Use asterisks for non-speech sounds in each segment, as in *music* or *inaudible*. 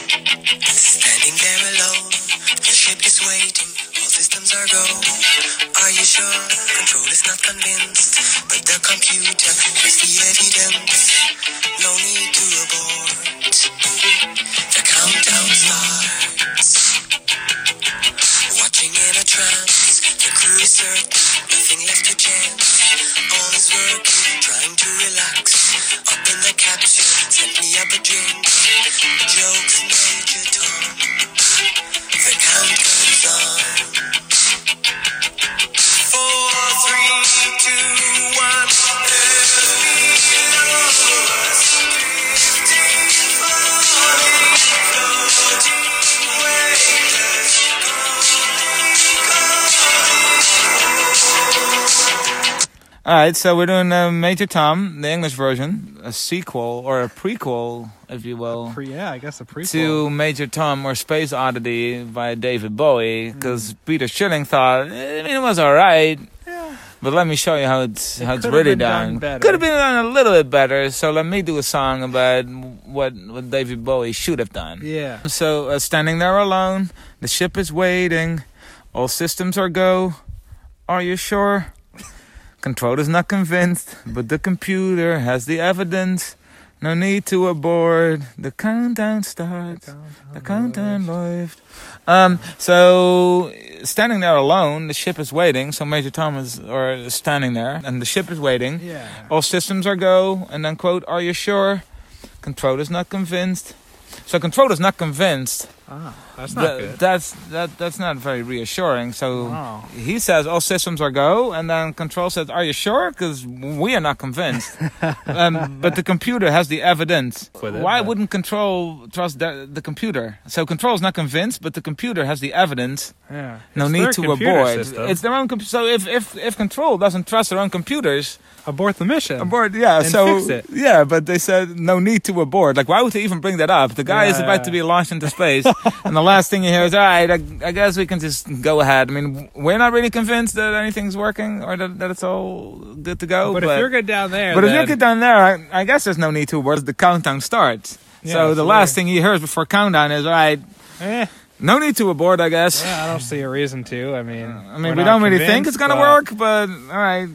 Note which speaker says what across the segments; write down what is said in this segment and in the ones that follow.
Speaker 1: Standing there alone, your ship is waiting, all systems are go. Are you sure? Control is not convinced, but the computer has the evidence. No need to abort. The countdown starts. Watching in a trance, the crew is certain, nothing left to chance. All is working, trying to relax. Up in the capsule, sent me up a drink. Jokes, Major Tom. The countdown's on. Four, three, two, one. All right, so we're doing uh, Major Tom, the English version, a sequel or a prequel, if you
Speaker 2: A
Speaker 1: will,
Speaker 2: pre, yeah, I guess a prequel.
Speaker 1: to Major Tom or Space Oddity by David Bowie, because Peter Schilling thought "Eh, I mean, it was all right,
Speaker 2: Hmm. Yeah,
Speaker 1: but let me show you how it's
Speaker 2: It
Speaker 1: how it's
Speaker 2: could have
Speaker 1: really
Speaker 2: been done
Speaker 1: done.
Speaker 2: better.
Speaker 1: Could have been done a little bit better. So let me do a song about what what David Bowie should have done.
Speaker 2: yeah.
Speaker 1: So, uh, standing there alone, the ship is waiting. All systems are go. Are you sure? Control is not convinced, but the computer has the evidence. No need to abort. The countdown starts. The countdown läuft. Um, so, standing there alone, the ship is waiting. So, Major Tom is or, is standing there, and the ship is waiting.
Speaker 2: Yeah.
Speaker 1: All systems are go, and then, quote, Are you sure? Control is not convinced. So control is not convinced.
Speaker 2: Ah, that's not
Speaker 1: Th-
Speaker 2: good.
Speaker 1: that's that that's not very reassuring. So
Speaker 2: Wow.
Speaker 1: he says all systems are go, and then control says, "Are you sure? Because we are not
Speaker 2: *laughs*
Speaker 1: convinced." um, but the computer has the evidence.
Speaker 2: With it,
Speaker 1: Why
Speaker 2: but-
Speaker 1: wouldn't control trust the, the computer? So control is not convinced, but the computer has the evidence.
Speaker 2: Yeah.
Speaker 1: No
Speaker 2: It's
Speaker 1: need
Speaker 2: their
Speaker 1: to
Speaker 2: computer
Speaker 1: abort.
Speaker 2: system.
Speaker 1: It's their own. Com- so if, if if control doesn't trust their own computers,
Speaker 2: abort the mission.
Speaker 1: abort. Yeah,
Speaker 2: And
Speaker 1: so
Speaker 2: fix it.
Speaker 1: yeah, but they said no need to abort. Like, why would they even bring that up? The guy is
Speaker 2: Yeah,
Speaker 1: about
Speaker 2: yeah.
Speaker 1: to be launched into space, and the last thing you hear is, "All right, I, I guess we can just go ahead." I mean, we're not really convinced that anything's working or that, that it's all good to go.
Speaker 2: But
Speaker 1: But
Speaker 2: if you're good down there,
Speaker 1: but if
Speaker 2: then,
Speaker 1: you get down there, I, I guess there's no need to abort. The countdown starts.
Speaker 2: Yeah,
Speaker 1: so the
Speaker 2: so
Speaker 1: last thing
Speaker 2: we're-
Speaker 1: he hears before countdown is, "All right,
Speaker 2: eh,
Speaker 1: no need to abort." I guess.
Speaker 2: yeah, I don't see a reason to. I mean,
Speaker 1: I mean, we
Speaker 2: we're not
Speaker 1: don't really think it's gonna
Speaker 2: convinced,
Speaker 1: work,
Speaker 2: but- uh,
Speaker 1: but all right,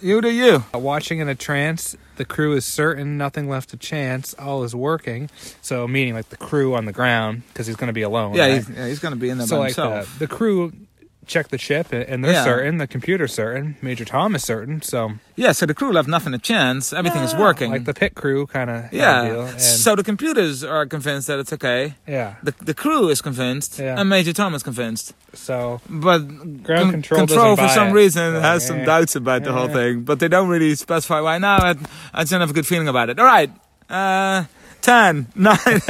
Speaker 1: you do
Speaker 2: *laughs*
Speaker 1: you.
Speaker 2: Watching in a trance, the crew is certain nothing left to chance. All is working. So meaning like the crew on the ground because he's going to be alone.
Speaker 1: Yeah,
Speaker 2: right?
Speaker 1: he's, yeah, he's gonna be in there
Speaker 2: so
Speaker 1: by
Speaker 2: like
Speaker 1: himself.
Speaker 2: the, the crew check the ship a- and they're
Speaker 1: Yeah.
Speaker 2: certain. The computer's certain. Major Tom is certain. So
Speaker 1: Yeah, so the crew left nothing a chance. Everything is working.
Speaker 2: Ah, like the pit crew kind of Deal.
Speaker 1: Mm. yeah.
Speaker 2: And,
Speaker 1: So the computers are convinced that it's okay.
Speaker 2: yeah.
Speaker 1: The, the crew is convinced,
Speaker 2: Yeah.
Speaker 1: and Major Tom is convinced.
Speaker 2: So
Speaker 1: But con-
Speaker 2: control
Speaker 1: for
Speaker 2: doesn't buy
Speaker 1: some
Speaker 2: it.
Speaker 1: reason
Speaker 2: So,
Speaker 1: has some
Speaker 2: eh,
Speaker 1: doubts about the whole
Speaker 2: eh.
Speaker 1: thing, but they don't really specify why. Now I, I just don't have a good feeling about it. All right, uh, ten, *laughs* nine.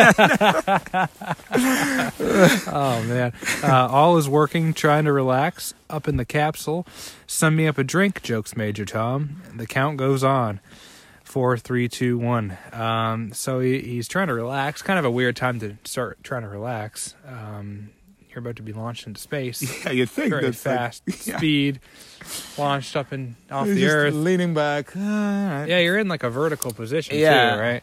Speaker 2: Oh man, uh, all is working, trying to relax up in the capsule. Send me up a drink, jokes Major Tom. The count goes on. Four, three, two, one. Um, so he, he's trying to relax. Kind of a weird time to start trying to relax. Um, you're about to be launched into space.
Speaker 1: *laughs* yeah, you think
Speaker 2: Very
Speaker 1: that's like-
Speaker 2: fast
Speaker 1: *laughs* yeah.
Speaker 2: speed, launched up and off
Speaker 1: He's
Speaker 2: the
Speaker 1: just
Speaker 2: earth.
Speaker 1: leaning back. Uh, all right.
Speaker 2: Yeah, you're in like a vertical position
Speaker 1: Yeah.
Speaker 2: too, right?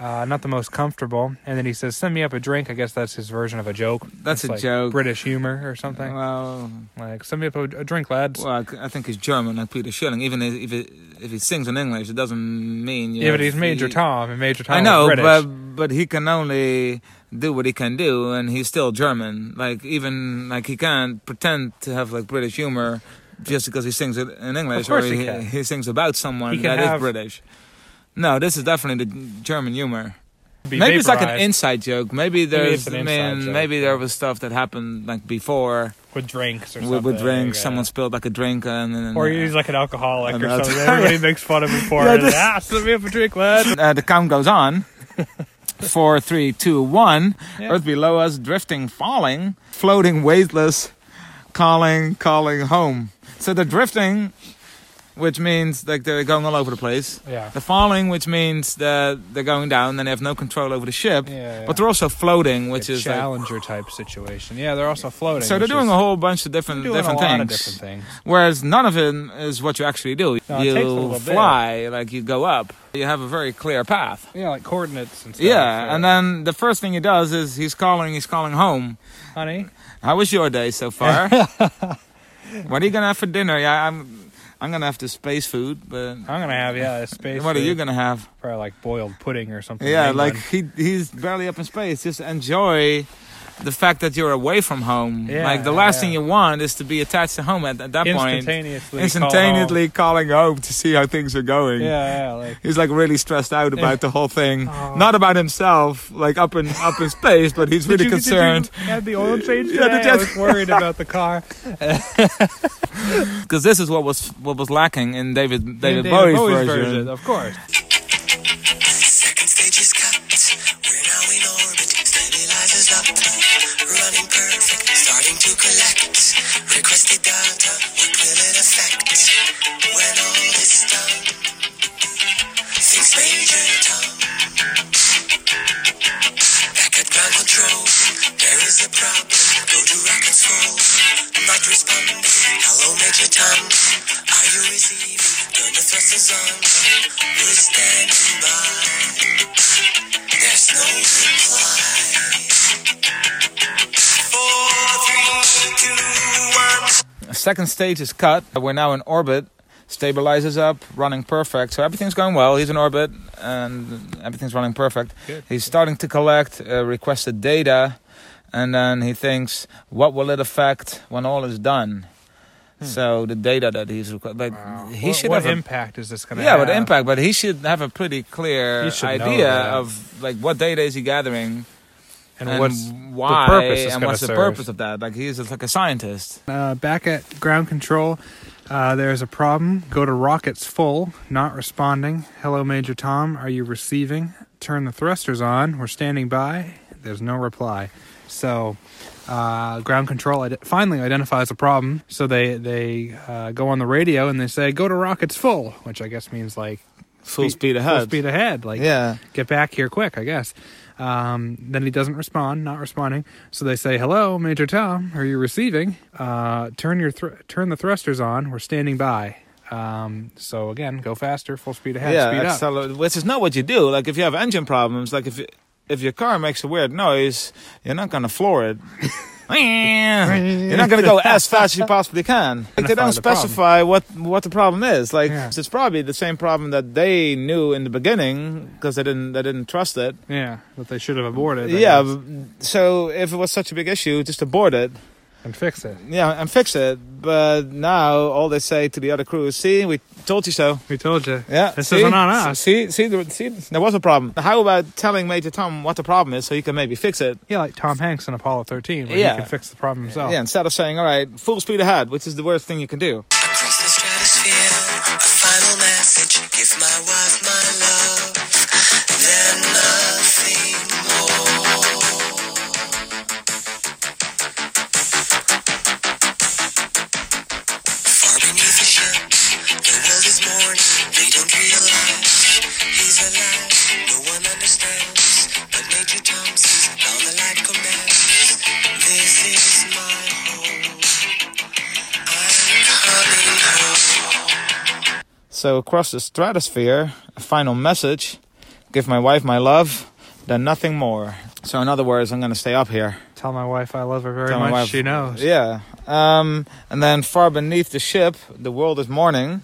Speaker 2: Uh, not the most comfortable. And then he says, "Send me up a drink." I guess that's his version of a joke.
Speaker 1: That's
Speaker 2: It's
Speaker 1: a
Speaker 2: like
Speaker 1: joke. Uh,
Speaker 2: British humor or something.
Speaker 1: Well,
Speaker 2: Like, send me up a, a drink, lads.
Speaker 1: well, I I think he's German, like Peter Schilling. Even if if he, if he sings in English, it doesn't mean you
Speaker 2: yeah, but
Speaker 1: have-
Speaker 2: he's Major
Speaker 1: you-
Speaker 2: Tom, and Major Tom
Speaker 1: I
Speaker 2: is
Speaker 1: know,
Speaker 2: British.
Speaker 1: but but he can only do what he can do, and he's still German. Like even like he can't pretend to have like British humor just because he sings it in English
Speaker 2: course
Speaker 1: or
Speaker 2: he
Speaker 1: he,
Speaker 2: can.
Speaker 1: he sings about someone
Speaker 2: He
Speaker 1: that is
Speaker 2: can have-
Speaker 1: British. No, this is definitely the German humor.
Speaker 2: Be
Speaker 1: maybe it's like an
Speaker 2: vaporized
Speaker 1: inside joke. Maybe there's,
Speaker 2: it's an
Speaker 1: I
Speaker 2: inside
Speaker 1: mean,
Speaker 2: joke,
Speaker 1: maybe
Speaker 2: yeah.
Speaker 1: there was stuff that happened like before
Speaker 2: with drinks or
Speaker 1: with,
Speaker 2: something.
Speaker 1: with drinks.
Speaker 2: yeah.
Speaker 1: Someone spilled like a drink, and, and
Speaker 2: Or he's like an alcoholic
Speaker 1: I'm
Speaker 2: or
Speaker 1: not-
Speaker 2: something. *laughs*
Speaker 1: *laughs*
Speaker 2: Everybody makes fun of him for
Speaker 1: Yeah,
Speaker 2: it.
Speaker 1: this-
Speaker 2: Ah, send me up a drink, lad.
Speaker 1: uh, the count goes
Speaker 2: *laughs*
Speaker 1: on. Four, three, two, one.
Speaker 2: Yeah.
Speaker 1: Earth below us, drifting, falling, floating, weightless, calling, calling home. So the drifting which means like they're going all over the place.
Speaker 2: Yeah.
Speaker 1: They're falling, which means that they're going down and they have no control over the ship.
Speaker 2: Yeah, yeah.
Speaker 1: But they're also floating, which
Speaker 2: a
Speaker 1: is like-
Speaker 2: challenger type situation. Yeah, they're also floating.
Speaker 1: so they're
Speaker 2: which
Speaker 1: doing
Speaker 2: is-
Speaker 1: a whole bunch of different
Speaker 2: doing
Speaker 1: different
Speaker 2: a lot
Speaker 1: things.
Speaker 2: of different things.
Speaker 1: Whereas none of it is what you actually do.
Speaker 2: No, it takes a little
Speaker 1: you
Speaker 2: bit.
Speaker 1: fly, like you go up. You have a very clear path.
Speaker 2: Yeah, like coordinates and stuff.
Speaker 1: Yeah, and then the first thing he does is he's calling, he's calling home.
Speaker 2: honey,
Speaker 1: How was your day so
Speaker 2: *laughs*
Speaker 1: far? what are you gonna have for dinner? Yeah, I'm, I'm gonna have the space food, but
Speaker 2: I'm gonna
Speaker 1: *laughs*
Speaker 2: have yeah a space.
Speaker 1: what are you
Speaker 2: food.
Speaker 1: gonna have?
Speaker 2: Probably like boiled pudding or something.
Speaker 1: Yeah,
Speaker 2: in
Speaker 1: like
Speaker 2: England.
Speaker 1: he he's barely up in space. Just enjoy the fact that you're away from home.
Speaker 2: Yeah,
Speaker 1: like the last
Speaker 2: yeah.
Speaker 1: thing you want is to be attached to home at, at that point.
Speaker 2: instantaneously. call
Speaker 1: Instantaneously calling home to see how things are going.
Speaker 2: home. Yeah, yeah,
Speaker 1: *laughs*
Speaker 2: like
Speaker 1: He's like really stressed out
Speaker 2: Yeah.
Speaker 1: about the whole thing.
Speaker 2: Oh.
Speaker 1: Not about himself, like up in up in space, but he's really
Speaker 2: did you,
Speaker 1: concerned.
Speaker 2: Did you have the oil
Speaker 1: *laughs*
Speaker 2: change
Speaker 1: Yeah,
Speaker 2: today?
Speaker 1: did you-
Speaker 2: I was worried about the
Speaker 1: *laughs*
Speaker 2: car.
Speaker 1: because this is what was what was lacking in David David,
Speaker 2: David
Speaker 1: Bowie's, version.
Speaker 2: of course.
Speaker 3: Second stage is cut. We're now in orbit. Stabilizers up. Running perfect. Starting to collect. Requested data. What will it affect? When all is done. Things major Tom. Back at ground control. There is a problem. Go to rockets roll. Not responding. Hello, Major Tom. Are you receiving? Turn the thrusters on. We're standing by. There's no reply. Four, three, two, one.
Speaker 1: Second stage is cut. We're now in orbit. Stabilizers up, running perfect. So everything's going well. He's in orbit and everything's running perfect.
Speaker 2: Good.
Speaker 1: He's starting to collect uh, requested data, and then he thinks, what will it affect when all is done? So the data that he's requ- like, he
Speaker 2: Hmm. what,
Speaker 1: should
Speaker 2: what
Speaker 1: have a-
Speaker 2: impact is this gonna
Speaker 1: yeah,
Speaker 2: have?
Speaker 1: but impact. But he should have a pretty clear
Speaker 2: He should know
Speaker 1: idea
Speaker 2: that.
Speaker 1: of like what data is he gathering.
Speaker 2: and,
Speaker 1: and
Speaker 2: what's
Speaker 1: why
Speaker 2: purpose it's
Speaker 1: and
Speaker 2: gonna
Speaker 1: what's the
Speaker 2: serve.
Speaker 1: purpose of that like he's just like a scientist
Speaker 2: uh, back at ground control? Uh, there's a problem. Go to rockets full, not responding. Hello, Major Tom. Are you receiving? Turn the thrusters on. We're standing by. There's no reply. So, uh, ground control ide- finally identifies a problem. So they they uh, go on the radio and they say, "Go to rockets full," which I guess means like
Speaker 1: full
Speaker 2: Full speed ahead. Like,
Speaker 1: Yeah.
Speaker 2: get back here quick, I guess. Um, then he doesn't respond, not responding. So they say, "Hello, Major Tom, are you receiving? Uh, turn your thr turn the thrusters on. We're standing by." Um, so again, go faster, full speed ahead, speed
Speaker 1: yeah
Speaker 2: up.
Speaker 1: acceler- which is not what you do like if you have engine problems like if you, if your car makes a weird noise you're not gonna floor
Speaker 2: *laughs*
Speaker 1: it you're not gonna go as fast as you possibly can like they don't
Speaker 2: Identify the problem.
Speaker 1: specify what what the problem is like
Speaker 2: Yeah.
Speaker 1: it's probably the same problem that they knew in the beginning because they didn't they didn't trust it
Speaker 2: Yeah, that they should have aborted. I
Speaker 1: yeah
Speaker 2: guess,
Speaker 1: so if it was such a big issue just abort it
Speaker 2: and fix it.
Speaker 1: Yeah, and fix it. But now all they say to the other crew is, "See, we told you so."
Speaker 2: We told you.
Speaker 1: Yeah,
Speaker 2: this
Speaker 1: see?
Speaker 2: isn't on us.
Speaker 1: See, see, there- see, there was a problem. How about telling Major Tom what the problem is so he can maybe fix it?
Speaker 2: Yeah, like Tom Hanks in Apollo 13, where
Speaker 1: Yeah.
Speaker 2: he can fix the problem himself.
Speaker 1: Yeah, instead of saying, "All right, full speed ahead," which is the worst thing you can do.
Speaker 3: Across the stratosphere, a final message. Give my wife my love. Then nothing more. Far beneath the ship, the world is mourning. They don't realize he's alive. No one understands. But Major Tom sees how the light commands. This is my home. I'm coming home.
Speaker 1: So across the stratosphere, a final message: "Give my wife my love, then nothing more." So in other words, I'm going to stay up here.
Speaker 2: Tell my wife I love her very
Speaker 1: Tell my
Speaker 2: much.
Speaker 1: wife-
Speaker 2: She knows.
Speaker 1: Yeah. Um, and then far beneath the ship, the world is mourning.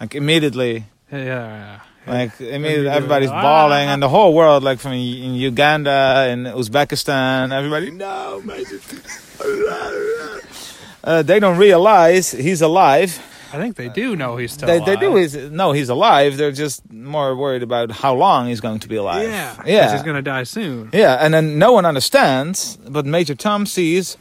Speaker 1: Like immediately,
Speaker 2: yeah.
Speaker 1: Like I mean,
Speaker 2: do
Speaker 1: everybody's
Speaker 2: it. Ah.
Speaker 1: bawling, and the whole world, like from U- in Uganda and Uzbekistan, everybody. No, Major Tom." *laughs* uh, they don't realize he's alive.
Speaker 2: I think they do know he's still
Speaker 1: They, they do.
Speaker 2: alive.
Speaker 1: He's, no, he's alive. They're just more worried about how long he's going to be alive.
Speaker 2: Yeah. 'cause
Speaker 1: yeah,
Speaker 2: He's gonna die soon.
Speaker 1: yeah. And then no one understands, but Major Tom sees.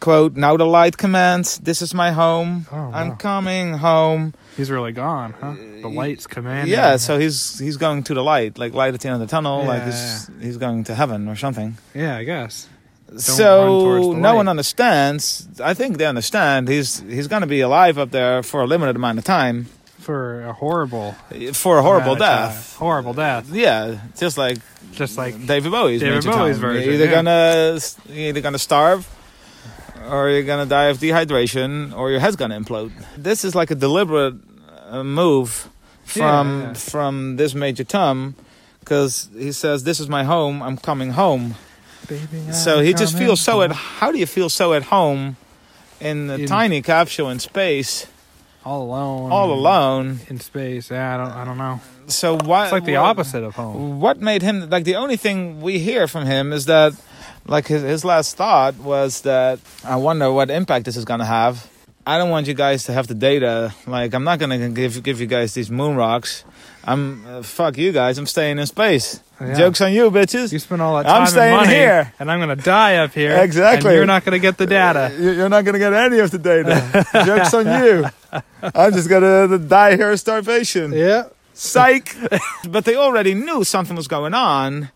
Speaker 1: "Quote: Now the light commands. This is my home.
Speaker 2: Oh, wow.
Speaker 1: I'm coming home.
Speaker 2: He's really gone, huh? The lights commanding.
Speaker 1: Uh, yeah, so he's he's going to the light, like light at the end of the tunnel, like
Speaker 2: Yeah,
Speaker 1: he's he's going to heaven or something.
Speaker 2: yeah, I guess. Don't run towards
Speaker 1: so
Speaker 2: the
Speaker 1: no one
Speaker 2: light.
Speaker 1: understands. I think they understand. He's he's going to be alive up there for a limited amount of time.
Speaker 2: for a horrible,
Speaker 1: for a horrible
Speaker 2: amount of time.
Speaker 1: death.
Speaker 2: Horrible death.
Speaker 1: Yeah, just like
Speaker 2: Just like
Speaker 1: David Bowie's
Speaker 2: David
Speaker 1: Major
Speaker 2: Bowie's
Speaker 1: Tom.
Speaker 2: version,
Speaker 1: You're either
Speaker 2: yeah.
Speaker 1: gonna you're either gonna starve, or you're gonna die of dehydration, or your head's gonna implode. This is like a deliberate uh, move from
Speaker 2: Yeah.
Speaker 1: from this Major Tom, because he says, "This is my home. I'm coming home."
Speaker 2: baby, I'm
Speaker 1: so he just
Speaker 2: coming
Speaker 1: feels so at.
Speaker 2: home.
Speaker 1: How do you feel so at home? In a
Speaker 2: In-
Speaker 1: tiny capsule in space,
Speaker 2: all alone,
Speaker 1: all alone.
Speaker 2: in space. Yeah, I don't, I don't know.
Speaker 1: So why?
Speaker 2: It's like the
Speaker 1: why-
Speaker 2: opposite of home.
Speaker 1: what made him like the only thing we hear from him is that like his, his last thought was that i wonder what impact this is going to have i don't want you guys to have the data like i'm not going to give give you guys these moon rocks i'm uh, fuck you guys i'm staying in space
Speaker 2: Yeah.
Speaker 1: jokes on you bitches
Speaker 2: You spend all that
Speaker 1: I'm
Speaker 2: time
Speaker 1: staying
Speaker 2: and money,
Speaker 1: here.
Speaker 2: and I'm going to die up here.
Speaker 1: Exactly.
Speaker 2: And you're not going to get the data.
Speaker 1: You- You're not gonna get any of the data. Jokes on *laughs* you. I'm just gonna uh, die here of starvation.
Speaker 2: Yeah.
Speaker 1: Psych. *laughs* but they already knew something was going on.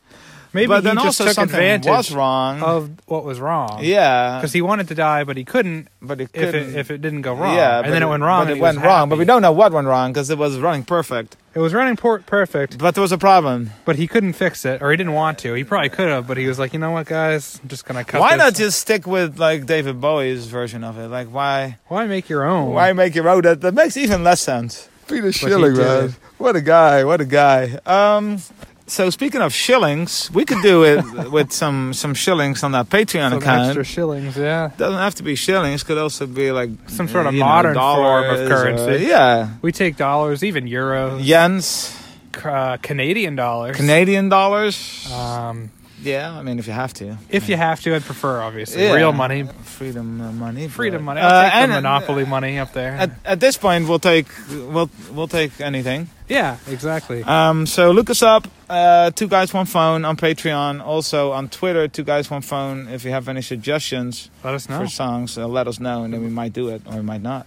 Speaker 2: Maybe
Speaker 1: but
Speaker 2: he
Speaker 1: then
Speaker 2: just
Speaker 1: also
Speaker 2: took
Speaker 1: something
Speaker 2: advantage Oh.
Speaker 1: was wrong.
Speaker 2: of what was wrong.
Speaker 1: yeah.
Speaker 2: Because he wanted to die, but he couldn't
Speaker 1: but it
Speaker 2: if
Speaker 1: couldn't.
Speaker 2: it, if it didn't go wrong.
Speaker 1: Yeah,
Speaker 2: and then it went wrong.
Speaker 1: But it
Speaker 2: and he
Speaker 1: went
Speaker 2: was
Speaker 1: wrong. But we
Speaker 2: happy.
Speaker 1: don't know what went wrong because it was running perfect.
Speaker 2: It was running port perfect,
Speaker 1: But there was a problem.
Speaker 2: but he couldn't fix it, or he didn't want to. He probably could have, but he was like, you know what, guys, I'm just gonna cut.
Speaker 1: why
Speaker 2: this.
Speaker 1: not just stick with like David Bowie's version of it? Like why
Speaker 2: Why make your own?
Speaker 1: why make your own? That that makes even less sense. Peter
Speaker 2: Schilling, man. did.
Speaker 1: What a guy! What a guy! Um, so speaking of shillings, we could do it *laughs* with some some shillings on that Patreon
Speaker 2: some
Speaker 1: account.
Speaker 2: extra shillings? Yeah,
Speaker 1: Doesn't have to be shillings. Could also be like
Speaker 2: Some sort of
Speaker 1: you know,
Speaker 2: modern form of
Speaker 1: dollars or-
Speaker 2: currency.
Speaker 1: yeah,
Speaker 2: we take dollars, even euros,
Speaker 1: yens,
Speaker 2: c- uh, Canadian dollars.
Speaker 1: Canadian dollars.
Speaker 2: um,
Speaker 1: yeah, I mean if you have to.
Speaker 2: if you have to, I'd prefer obviously
Speaker 1: Yeah.
Speaker 2: real money,
Speaker 1: Freedom uh, money. but-
Speaker 2: freedom money.
Speaker 1: Uh,
Speaker 2: I'll take
Speaker 1: and,
Speaker 2: the
Speaker 1: uh,
Speaker 2: monopoly money up there.
Speaker 1: At, at this point, we'll take we'll we'll take anything.
Speaker 2: yeah, exactly.
Speaker 1: Um, so look us up, uh, two guys one phone on Patreon, also on Twitter, two guys one phone. If you have any suggestions
Speaker 2: Let us know.
Speaker 1: for songs, uh, let us know, and then we might do it or we might not.